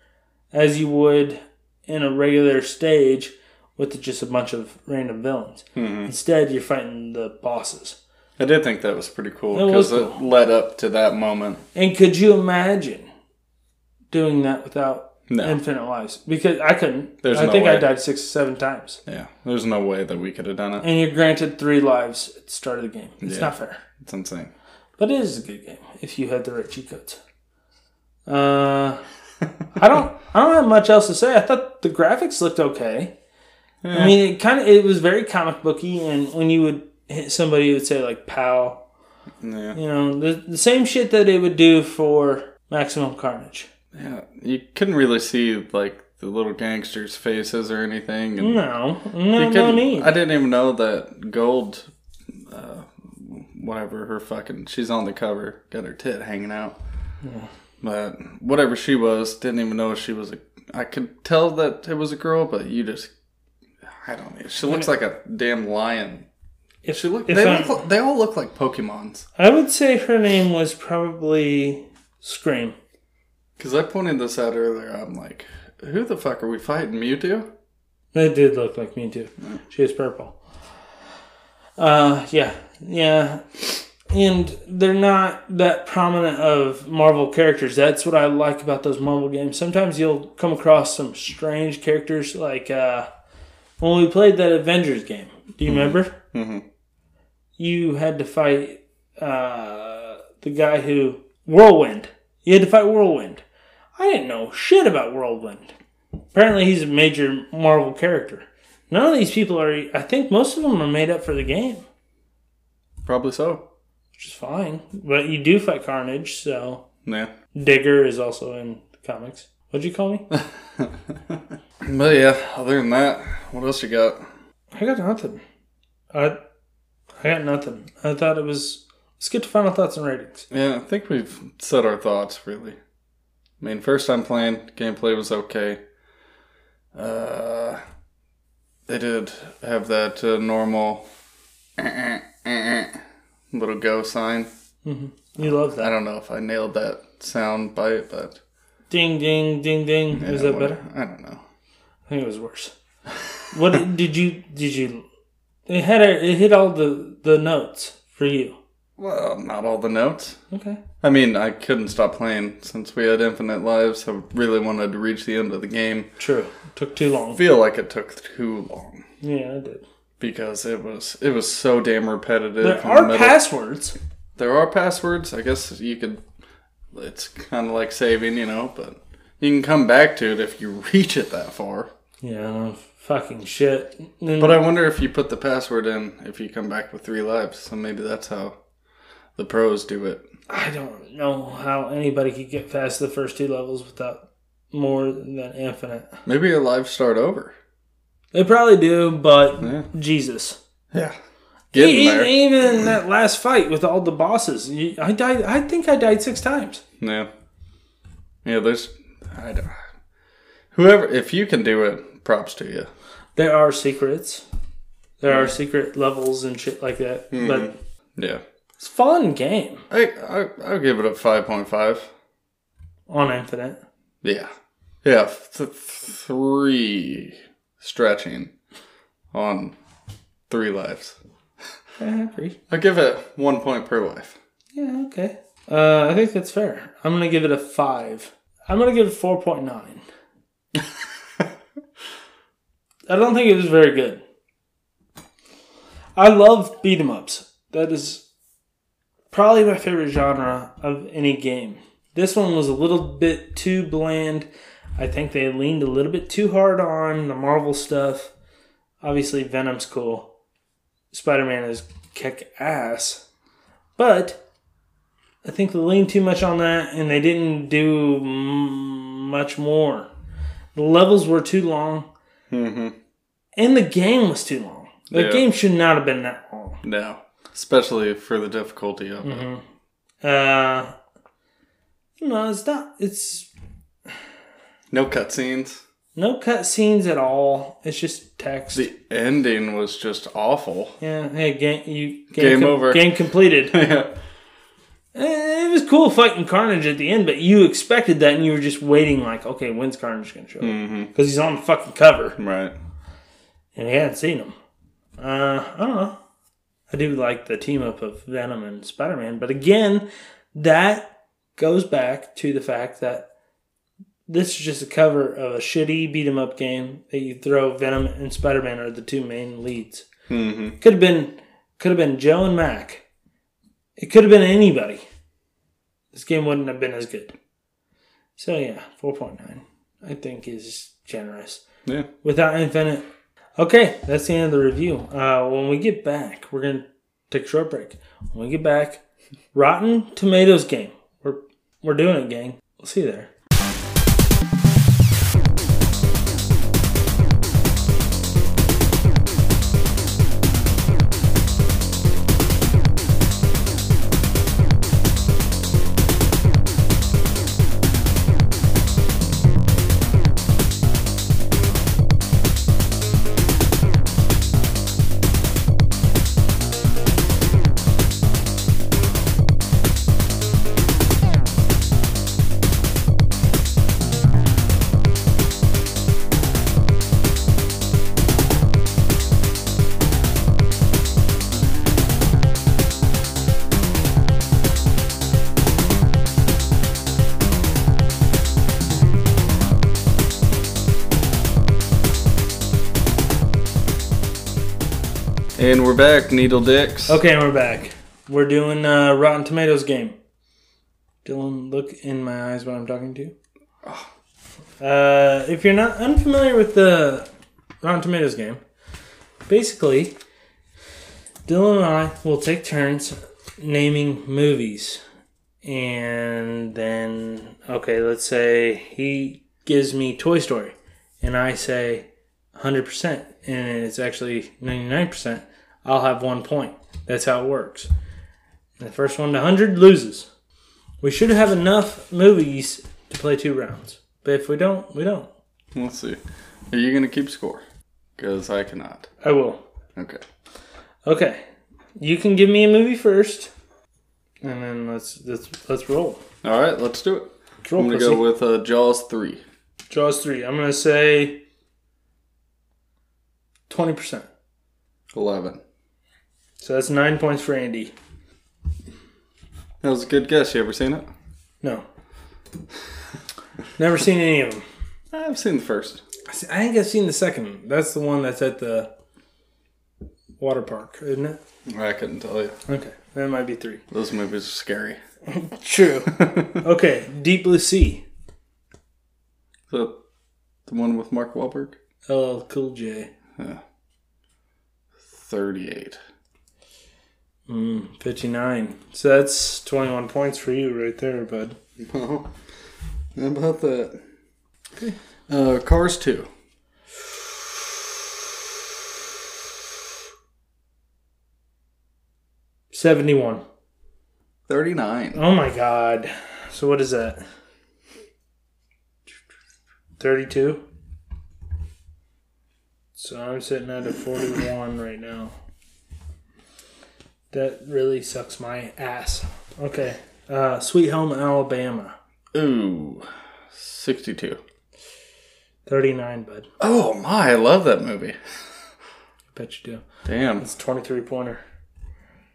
as you would in a regular stage with just a bunch of random villains.
Mm-hmm.
Instead, you're fighting the bosses.
I did think that was pretty cool
That was
because it led up to that moment.
And could you imagine doing that without
No.
infinite lives? Because I couldn't.
There's
I
no
think I
way.
died six or seven times.
Yeah, there's no way that we could have done it.
And you're granted three lives at the start of the game. It's
Yeah.
not fair.
It's insane.
But it is a good game if you had the right cheat codes. Uh, I don't I don't have much else to say. I thought the graphics looked okay. I mean, it kind of it was very comic booky, and when you would hit somebody, it would say like "pow,"
Yeah,
you know, the, the same shit that it would do for Maximum Carnage.
yeah. You couldn't really see like the little gangsters' faces or anything, and
No, no,
You
no
couldn't-
need.
I didn't even know that Gold, uh, whatever her fucking, she's on the cover, got her tit hanging out. But whatever she was, didn't even know she was a. I could tell that it was a girl, but you just, I don't know. She looks like a damn lion.
If-
She look.
if
They
I'm-
look. li- They all look like Pokemons.
I would say her name was probably Scream.
Because I pointed this out earlier. I'm like, who the fuck are we fighting, Mewtwo?
They did look like me too. She was purple. Uh, yeah, yeah, and they're not that prominent of Marvel characters. That's what I like about those Marvel games. Sometimes you'll come across some strange characters, like uh, when we played that Avengers game. Do you remember?
Mhm.
You had to fight uh, the guy who Whirlwind. You had to fight Whirlwind. I didn't know shit about Whirlwind apparently he's a major Marvel character. None of these people are. I think most of them are made up for the game,
Probably so.
which is fine. But you do fight Carnage, so
Yeah.
Digger is also in the comics. What'd you call me?
But yeah. Other than that, what else you got?
I got nothing. I I got nothing. I thought it was. Let's get to final thoughts and ratings.
Yeah, I think we've said our thoughts really. I mean, first time playing, gameplay was okay. Uh, they did have that uh, normal little go sign.
You love
I
that.
don't know if I nailed that sound bite, but
Ding ding ding ding. is that
what-
better?
I don't know.
I think it was worse. What did you did you? It had a, it hit all the the notes for you.
Well, not all the notes.
Okay.
I mean, I couldn't stop playing since we had infinite lives. I really wanted to reach the end of the game.
True. Took too long.
Feel like it took too long
Yeah, I did.
because it was it was so damn repetitive. in
There
the
are
middle.
passwords.
there are passwords. I guess you could. It's kind of like saving, you know, but you can come back to it if you reach it that far.
Yeah, no, fucking shit.
But I wonder if you put the password in, if you come back with three lives. So maybe that's how the pros do it.
I don't know how anybody could get past the first two levels without more than infinite.
Maybe your lives start over.
They probably do, but
Yeah.
Jesus.
Yeah. Getting
E-
there.
e- Even in that last fight with all the bosses, you- I died. I think I died six times.
Yeah. Yeah, there's. I don't. Whoever, if you can do it, props to you.
There are secrets. There are secret levels and shit like that. But
Mm-hmm. Yeah.
it's a fun game
I, I, I'll give it a 5.5.
on Infinite.
Yeah. Yeah. Th- three stretching on three lives.
I agree.
I'll give it one point per life.
Yeah, okay. Uh, I think that's fair. I'm gonna give it a five. I'm gonna give it four point nine. I don't think it was very good. I love beat 'em ups. That is probably my favorite genre of any game. This one was a little bit too bland. I think they leaned a little bit too hard on the Marvel stuff. Obviously, Venom's cool. Spider Man is kick ass. But I think they leaned too much on that, and they didn't do m- much more. The levels were too long, and the game was too long. The
Mm-hmm. Yeah.
game should not have been that long.
No. Especially for the difficulty of it.
Uh, no, it's not. It's
No cutscenes.
no cutscenes at all. It's just text.
The ending was just awful.
yeah, hey, game, you game,
Game over.
Game completed.
yeah.
Eh, it was cool fighting Carnage at the end, but you expected that, and you were just waiting, like, okay, when's Carnage gonna show up? Because
Mm-hmm.
he's on the fucking cover.
Right.
and we hadn't seen him. Uh, I don't know. I do like the team up of Venom and Spider Man, but again, that goes back to the fact that this is just a cover of a shitty beat 'em up game that you throw Venom and Spider Man are the two main leads. Mm-hmm. Could have been, could have been Joe and Mac. It could have been anybody. This game wouldn't have been as good. So yeah, four point nine, I think, is generous
Yeah.
without infinite. Okay, that's the end of the review. Uh, when we get back, we're gonna take a short break. When we get back, Rotten Tomatoes game. We're we're doing it, gang. We'll see you there.
And we're back, Needle Dicks.
Okay, we're back. We're doing uh, Rotten Tomatoes game. Dylan, look in my eyes when I'm talking to you. Uh, if you're not unfamiliar with the Rotten Tomatoes game, basically, Dylan and I will take turns naming movies. And then, okay, let's say he gives me Toy Story, and I say 100%, and it's actually 99%. I'll have one point. That's how it works. And the first one to 100 loses. We should have enough movies to play two rounds. But if we don't, we don't.
Let's see. Are you going to keep score? Because I cannot.
I will.
Okay.
Okay. You can give me a movie first. And then let's let's let's roll.
All right, let's do it.
Let's roll
I'm going to
pussy.
go with uh, Jaws 3.
Jaws 3. I'm going to say 20%.
11.
So that's 9 points for Andy.
That was a good guess. You ever seen it?
No. Never seen any of them.
I've seen the first.
I think I've seen the second one. That's the one that's at the water park, isn't it?
I couldn't tell you.
Okay. That might be three.
Those movies are scary.
True. okay. Deep Blue Sea.
Is that the one with Mark Wahlberg?
LL Cool J.
38.
59. So that's 21 points for you right there, bud.
Well, how about that? Uh, Cars 2.
Seventy-one.
39.
Oh my god. So what is that? Thirty-two. So I'm sitting at a forty-one right now. That really sucks my ass. Okay. Uh, Sweet Home Alabama.
Ooh. 62.
Thirty-nine, bud.
Oh my, I love that movie.
Bet you do.
Damn.
It's twenty-three pointer.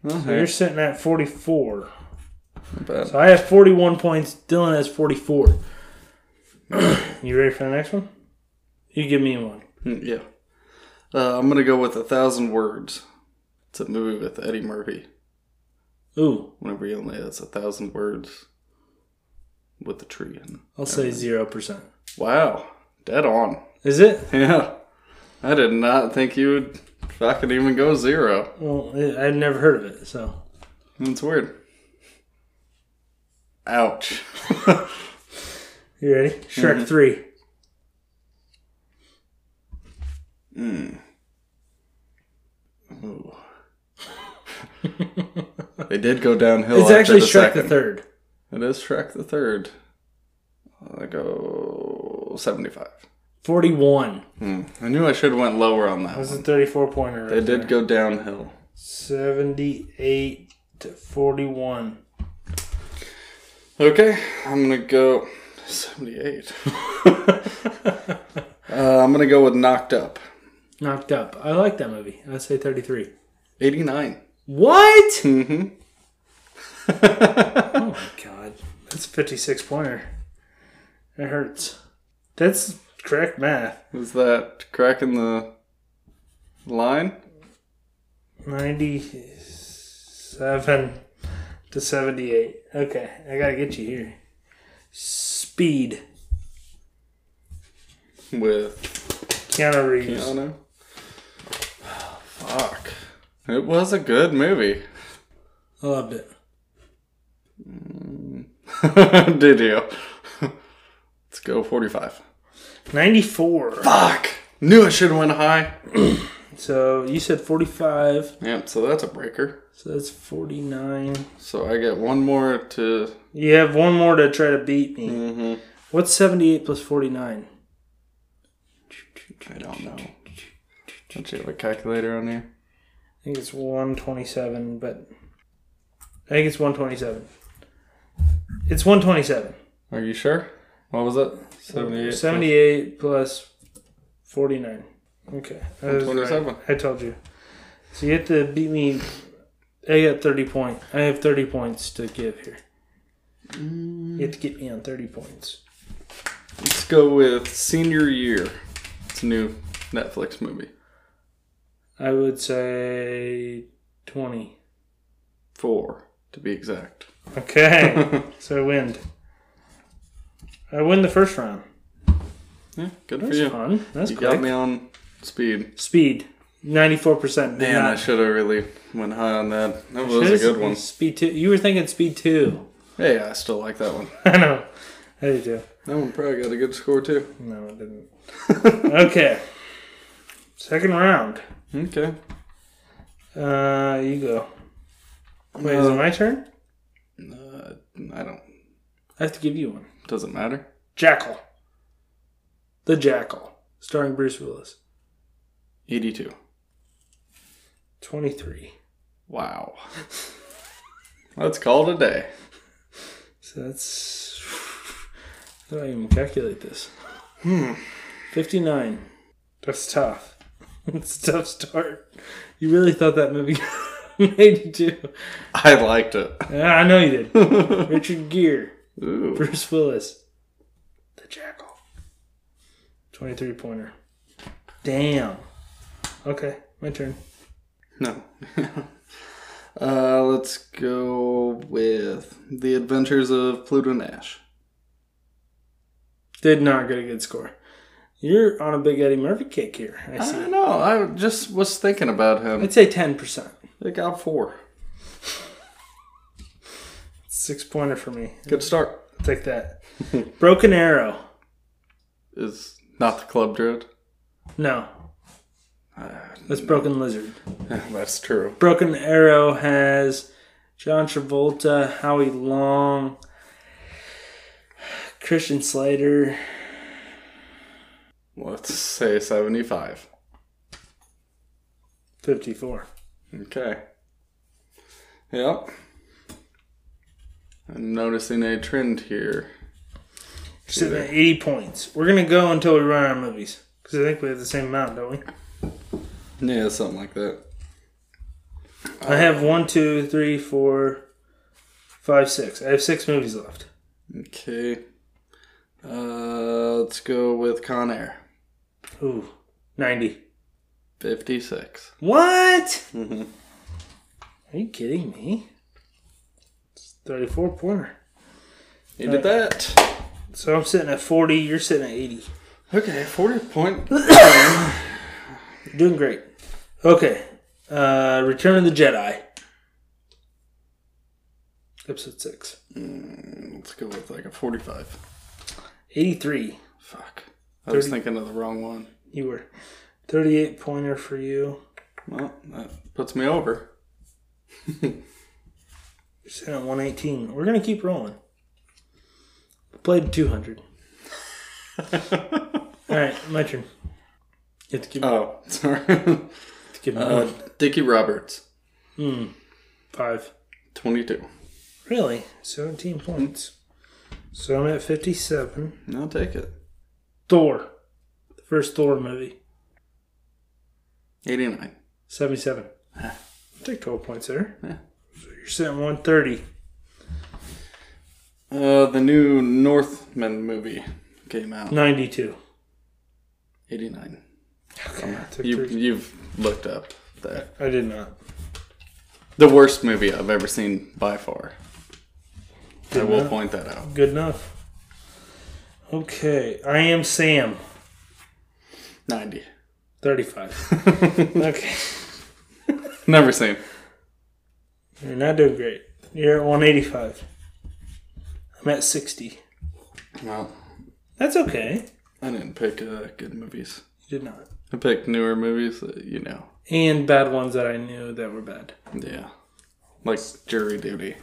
So
Okay.
you're sitting at forty-four.
not bad.
So I have 41 points. Dylan has 44. you ready for the next one? You give me one.
Mm, Yeah. Uh, I'm going to go with A Thousand Words. It's a movie with Eddie Murphy.
Ooh,
Whenever you only, that's A Thousand Words with the tree in.
I'll say 0%.
Wow. Dead on.
Is it?
Yeah. I did not think you would fucking even go zero.
Well, i I've never heard of it, so.
That's weird. Ouch.
You ready? Shrek
Mm-hmm.
3.
Ooh. they did go downhill.
It's
after
actually
the
Shrek the
second.
Third.
It is Shrek the third. I go seventy-five.
41.
I knew I should have went lower on that.
That's
One.
a 34 pointer.
They did go downhill.
78 to 41.
Okay, I'm gonna go seventy-eight. uh, I'm gonna go with knocked up.
Knocked up. I like that movie. I'd say 33.
Eighty-nine.
What? Oh
Mm-hmm.
God, that's a 56 pointer. It hurts. That's correct math.
Is that cracking the line?
97 to 78. Okay, I gotta get you here. Speed.
With
Keanu Reeves.
Keanu? Fuck. It was a good movie.
I loved it.
Did you? Let's go 45.
94.
Fuck! Knew I should have went high.
So you said 45.
Yep, so that's a breaker.
So that's 49.
So I get one more to.
You have one more to try to beat me.
Mhm.
What's 78 plus 49?
I don't know. Don't you have a calculator on here?
I think it's 127, but I think it's 127. It's 127.
Are you sure? What was it? 78.
78 plus 49. Okay. I was right.
127.
I told you. So you have to beat me. I got 30 point. I have 30 points to give here. You have to get me on 30 points.
Let's go with Senior Year. It's a new Netflix movie.
I would say 20.
Four, to be exact.
Okay. so I win. I win the first round.
Yeah, good for
That's
you.
fun. That's
You
quick.
got me on speed.
Speed, ninety-four percent.
Man, I should have really went high on that. That was a good one.
Speed two. You were thinking speed two.
Hey, I still like that one.
I know. I do too.
That one probably got a good score too.
No, it didn't. okay. Second round.
Okay.
Uh, you go. Wait, is it my turn?
Uh, I don't.
I have to give you one.
Doesn't matter.
Jackal. The Jackal, starring Bruce Willis.
Eighty-two.
Twenty-three.
Wow. Let's call it a day.
So that's. How do I even calculate this? Hmm. 59. That's tough. That's a tough start. You really thought that movie made you do.
I liked it.
Yeah, I know you did. Richard Gere,
Ooh.
Bruce Willis, The Jackal, twenty-three pointer. Damn. Okay, my turn.
No. uh, let's go with The Adventures of Pluto Nash.
Did not get a good score. You're on a big Eddie Murphy kick here. I
I
see.
don't know. I just was thinking about him.
I'd say ten percent.
They got four.
Six pointer for me.
Good start.
I'll take that. Broken Arrow.
Is not the Club Dread.
No. That's Broken Lizard.
That's true.
Broken Arrow has John Travolta, Howie Long, Christian Slater.
Let's say 75.
54.
Okay. Yep. I'm noticing a trend here.
Sitting at 80 points. We're going to go until we run out of movies. Because I think we have the same amount, don't we?
Yeah, something like that.
I have one, two, three, four, five, six. I have six movies left.
Okay. Uh, let's go with Con Air.
Ooh, 90.
56.
What? Are you kidding me? It's 34 pointer.
You did that.
So I'm sitting at 40. You're sitting at 80.
Okay, 40 point.
You're doing great. Okay. Uh, Return of the Jedi. Episode 6.
let's go with like a 45.
83.
Fuck. I was thinking of the wrong one.
You were 38 pointer for you.
Well, that puts me over.
You're sitting at 118. We're going to keep rolling. Played 200. All right, my turn. You have to keep,
Oh, sorry.
keep
uh,
going.
Dickie Roberts,
Five.
22.
Really? 17 points. So I'm at 57.
I'll take it.
Thor. The first Thor movie.
89.
77. Take 12 points there.
Yeah.
So you're sitting 130.
Uh, the new Northman movie came out.
92.
89.
Okay. I, took
You,
three.
you've looked up that.
I did not.
The worst movie I've ever seen by far. I
Did
will
not.
point that out.
Good enough. Okay. I am Sam.
90.
35. okay.
Never seen.
You're not doing great. You're at 185. I'm at 60.
Well,
That's okay.
I didn't pick uh, good movies.
You did not.
I picked newer movies that you know.
And bad ones that I knew that were bad.
Yeah. Like Jury Duty.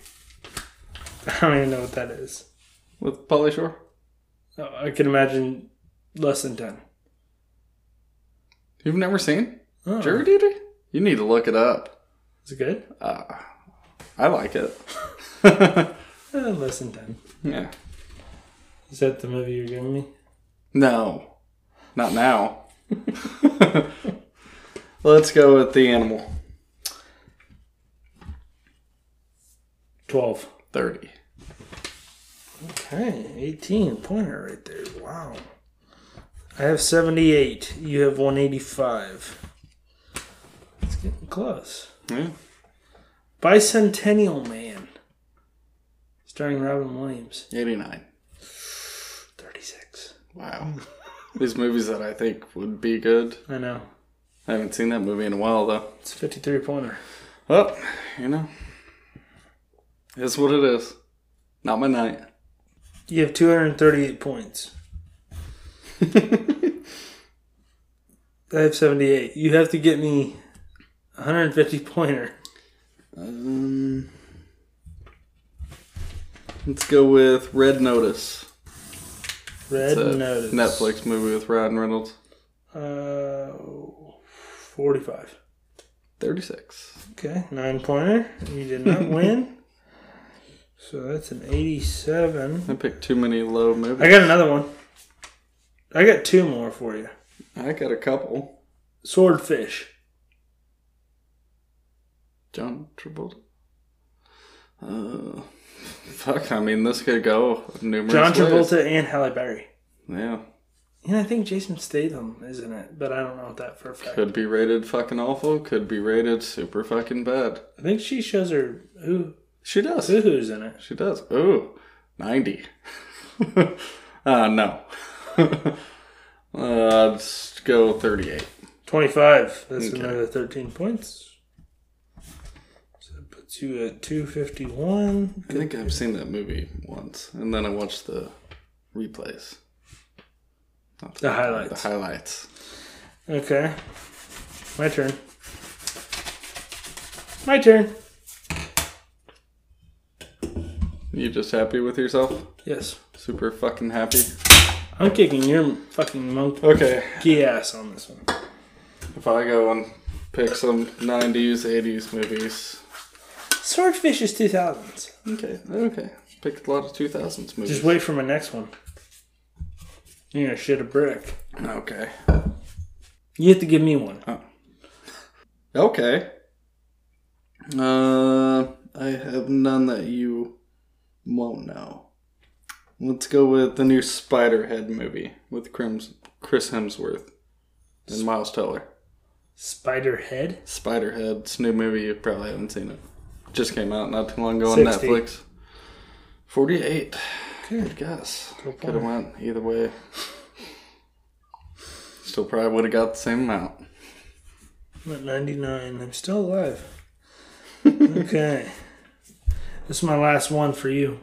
I don't even know what that is.
With Polly Shore?
Oh, I can imagine less than 10.
You've never seen
Oh,
Jury Duty? You need to look it up.
Is it good?
I like it.
Uh, less than 10.
yeah.
Is that the movie you're giving me?
No. Not now. Let's go with The Animal.
12.
30.
Okay, 18 pointer right there. Wow. I have 78. You have 185. It's getting close.
Yeah.
Bicentennial Man. Starring Robin Williams.
89.
36.
Wow. These movies that I think would be good.
I know.
I haven't seen that movie in a while, though.
It's a 53 pointer.
Well, you know, it's what it is. Not my night.
You have 238 points. I have 78. You have to get me 150 pointer.
Um, let's go with Red Notice.
Red
It's a
notice.
Netflix movie with Ryan Reynolds.
Uh, 45.
36.
Okay, nine pointer. You did not win. So that's an 87.
I picked too many low
I
movies.
got another one. I got two more for you.
I got a couple.
Swordfish.
John Travolta. Uh, fuck. I mean, this could go numerous.
John
ways.
Travolta and Halle Berry.
Yeah,
And I think Jason Statham is in it, but I don't know that for a fact.
could be rated fucking awful. Could be rated super fucking bad.
I think she shows her who
She does.
who's in it.
She does. Ooh, 90. uh, no. uh, let's go 38.
Twenty five. That's another thirteen points. So that puts you at two fifty one.
I think I've seen that movie once, and then I watched the replays,
The
the
highlights.
highlights.
Okay. My turn. My turn.
You just happy with yourself?
Yes.
Super fucking happy.
I'm kicking your fucking monkey
Okay,
ass on this one.
if I go and pick some 90s, 80s movies.
Swordfish is 2000s.
Okay, okay. Picked a lot of 2000s movies.
Just wait for my next one. You're gonna shit a brick.
Okay.
You have to give me one.
Okay. Uh, I have none that you won't know. Let's go with the new Spiderhead movie with Crims- Chris Hemsworth and Miles Teller.
Spider head.
Spiderhead, it's a new movie. You probably haven't seen it. Just came out not too long ago on
60.
Netflix. Forty-eight. Good guess. Could have went either way. Still probably would have got the same amount.
I'm at 99. I'm still alive. okay. This is my last one for you.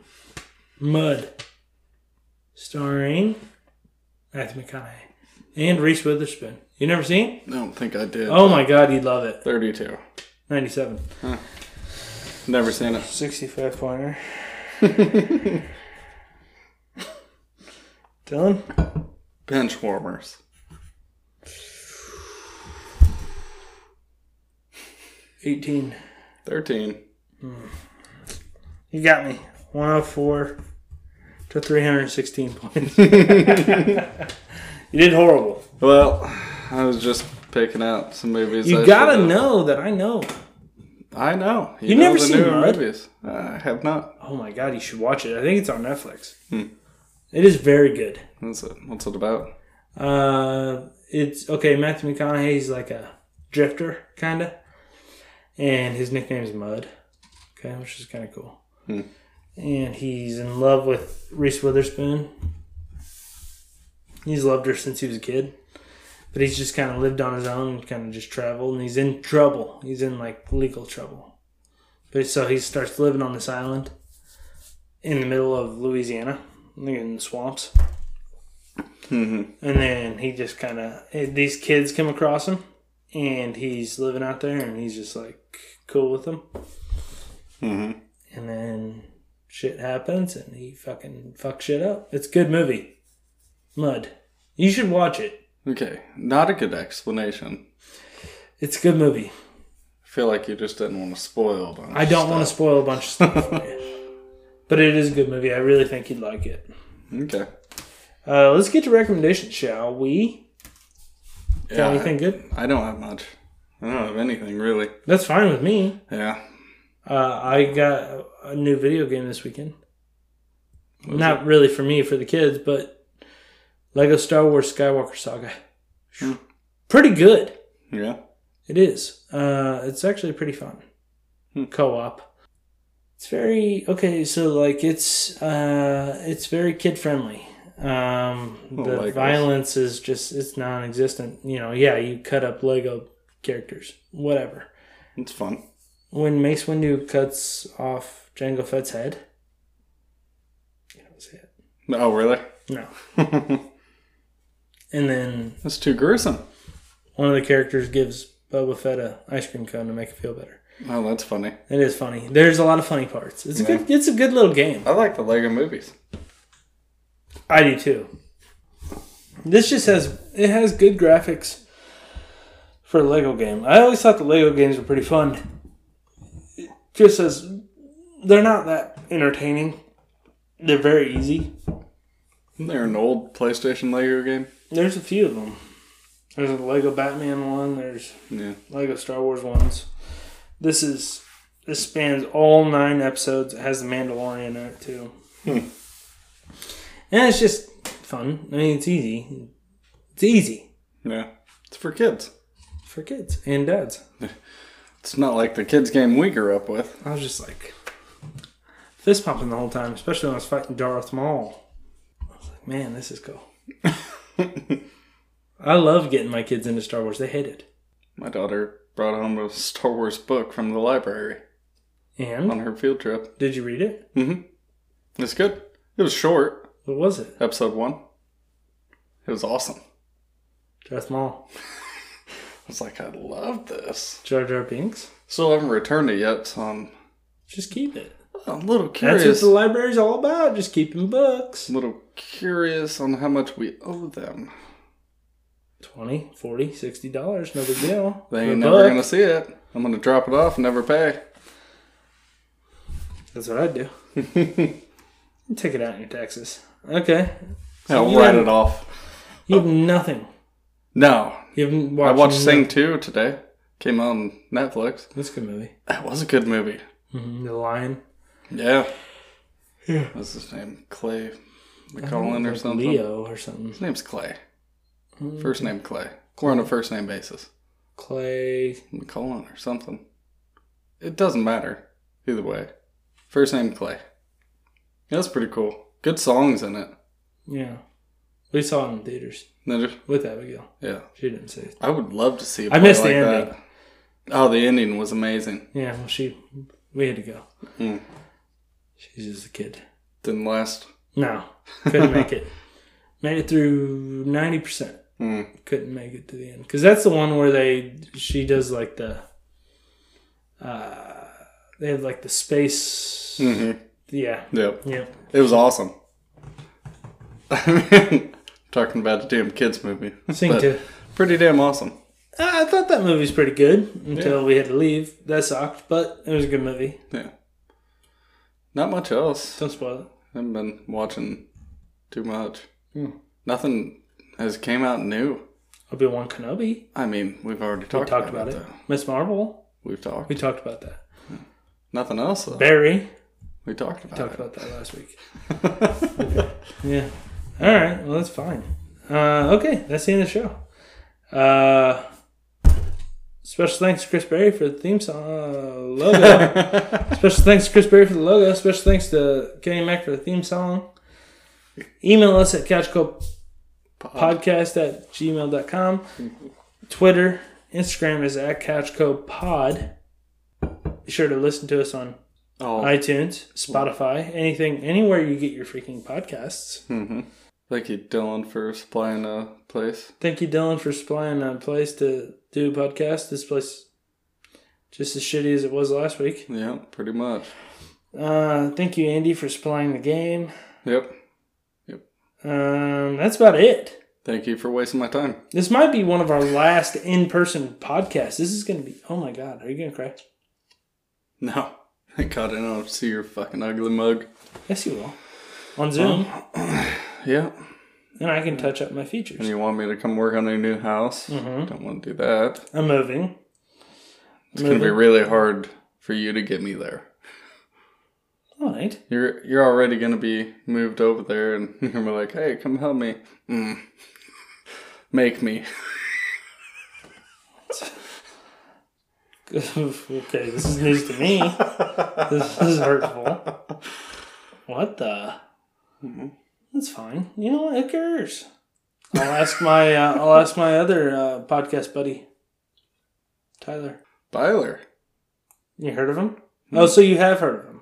Mud. Starring Matthew McConaughey and Reese Witherspoon. You never seen?
I don't think I did.
Oh my god, you'd love it.
Thirty-two.
97.
Never seen it.
65 pointer. Dylan?
Bench warmers.
18.
13.
You got me. 104 to 316 points. you did horrible.
Well, I was just picking out some movies.
You
I
gotta
should've-
know that I know.
I know. You,
You've
know
never
the
seen
newer
Mud?
movies. I have not.
Oh my god, you should watch it. I think it's on Netflix. It is very good.
What's it, what's it about?
Uh, it's okay. Matthew McConaughey's like a drifter, kinda, and his nickname is Mud. Okay, which is kind of cool. And he's in love with Reese Witherspoon. He's loved her since he was a kid, but he's just kind of lived on his own and kind of just traveled. And he's in trouble. He's in like legal trouble. But so he starts living on this island in the middle of Louisiana, like in the swamps and then he just kind of these kids come across him and he's living out there and he's just like cool with them
Mhm.
and then shit happens and he fucking fucks shit up it's a good movie mud you should watch it
Okay. Not a good explanation.
it's a good movie
I feel like you just didn't want to spoil them.
i don't want to spoil a bunch of stuff for you but it is a good movie i really think you'd like it
Okay.
uh, let's get to recommendations shall we got
Yeah,
anything good
I don't have much. I don't have anything, really.
that's fine with me
Yeah.
Uh, I got a new video game this weekend. Not really for me, for the kids, but Lego Star Wars Skywalker Saga. Pretty good.
Yeah.
It is. Uh, it's actually pretty fun. Co-op. It's very okay. So like it's uh, it's very kid friendly. Um, the
Legos.
violence is just it's non-existent. You know, yeah, you cut up Lego characters, whatever
It's fun.
when Mace Windu cuts off Jango Fett's head. You don't see it.
Oh, really?
No. and then
That's too gruesome.
one of the characters gives Boba Fett a ice cream cone to make it feel better.
Oh, that's funny.
It is funny. There's a lot of funny parts. It's a good. It's a good little game.
I like the Lego movies.
I do too. This just has it has good graphics for a Lego game. I always thought the Lego games were pretty fun. It just as they're not that entertaining. They're very easy.
Isn't there an old PlayStation Lego game?
There's a few of them. There's a Lego Batman one. There's
Yeah.
Lego Star Wars ones. This is this spans all nine episodes. It has the Mandalorian in it too. And it's just fun. I mean, it's easy. It's easy
Yeah. It's for kids.
for kids and dads.
It's not like the kids game we grew up with.
I was just like fist pumping the whole time, especially when I was fighting Darth Maul. I was like, man, this is cool. I love getting my kids into Star Wars. They hate it.
My daughter brought home a Star Wars book from the library on
And
her field trip. Mm-hmm.
did you read it?
It's good. It was short,
What was it?
episode one. It was awesome.
Darth Maul,
I was like, I love this.
Jar Jar Binks.
Still haven't returned it yet, so I'm oh,
Just keep it.
a little
That's what
curious.
the library's all about. Just keeping books.
little curious on how much we owe them.
20 40 60 dollars no big deal
They
For a
ain't never
book.
gonna see it. I'm gonna drop it off and never pay.
that's what i'd do You take it out in your taxes okay
I'll
you
write
haven't-
it off.
you have nothing
No,
you haven't
I
watched
watched
no-
Sing Two today. Came on Netflix.
that's a good movie
That was a good movie.
Mhm, the lion
Yeah. Yeah. What's his name? Clay McCollin or
Like
something.
leo Hmm. or something
His name's Clay. First name Clay. We're on a first name basis.
clay
McCollin or something. It doesn't matter. Either way. First name Clay. That's pretty cool. Good songs in it.
yeah we saw it in theaters
They're just-
with abigail
Yeah.
she didn't see it
I would love to see. a
I missed
play
the
like
ending.
That. Oh, the ending was amazing.
yeah well she we had to go
Mm.
she's just a kid
Didn't last.
no couldn't make it made it through 90 percent
Mm.
couldn't make it to the end because that's the one where they she does like the uh they have like the space
Hmm.
yeah
Yep.
yeah
It was awesome. I mean, talking about a damn kids movie.
sing
But
to
Pretty damn awesome.
I I thought that movie's pretty good until we had to leave. That sucked, but it was a good movie.
Yeah. Not much else.
Don't spoil it.
Haven't been watching too much.
Hmm.
Nothing has came out new.
Obi Wan Kenobi.
I mean, we've already
We
talked,
talked about it.
that.
Miss Marvel.
We've talked.
We talked about that.
Nothing else though.
Barry.
we talked about
Talked
it.
about that last week. Yeah. All right. Well, that's fine. Uh, okay, that's the end of the show. Uh, special thanks to Chris Berry for the theme song uh, logo. special thanks to Chris Berry for the logo. Special thanks to Kenny Mack for the theme song. Email us at couchcopodcast at gmail.com. Twitter, Instagram is at couchcopod. Be sure to listen to us on
Oh,
iTunes, Spotify, anything, anywhere you get your freaking podcasts.
thank you, Dylan, for supplying a place.
Thank you, Dylan, for supplying a place to do a podcast. This place just as shitty as it was last week.
Yeah, pretty much.
Uh, thank you, Andy, for supplying the game.
Yep.
Um, that's about it.
Thank you for wasting my time.
This might be one of our last in-person podcasts. This is gonna be. Oh my god, are you gonna cry?
No. Thank God I don't see your fucking ugly mug.
Yes, you will. On Zoom,
Yeah.
and I can touch up my
And
features.
you want me to come work on a new house?
Mm-hmm.
Don't want to do that.
I'm moving.
It's going to be really hard for you to get me there.
All right.
You're you're already going to be moved over there, and you're gonna be like, hey, come help me. Mm. Make me.
okay, this is news to me. this is hurtful. What the? That's fine. You know what? Who cares? I'll ask my uh, I'll ask my other uh, podcast buddy, Tyler.
Byler.
You heard of him? Oh, so you have heard of him?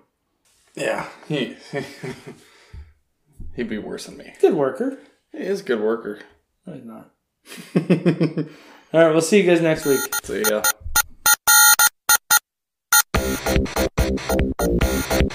Yeah. He, he'd be worse than me.
Good worker.
He is a good worker.
No, he's not. All right, we'll see you guys next week.
So, yeah.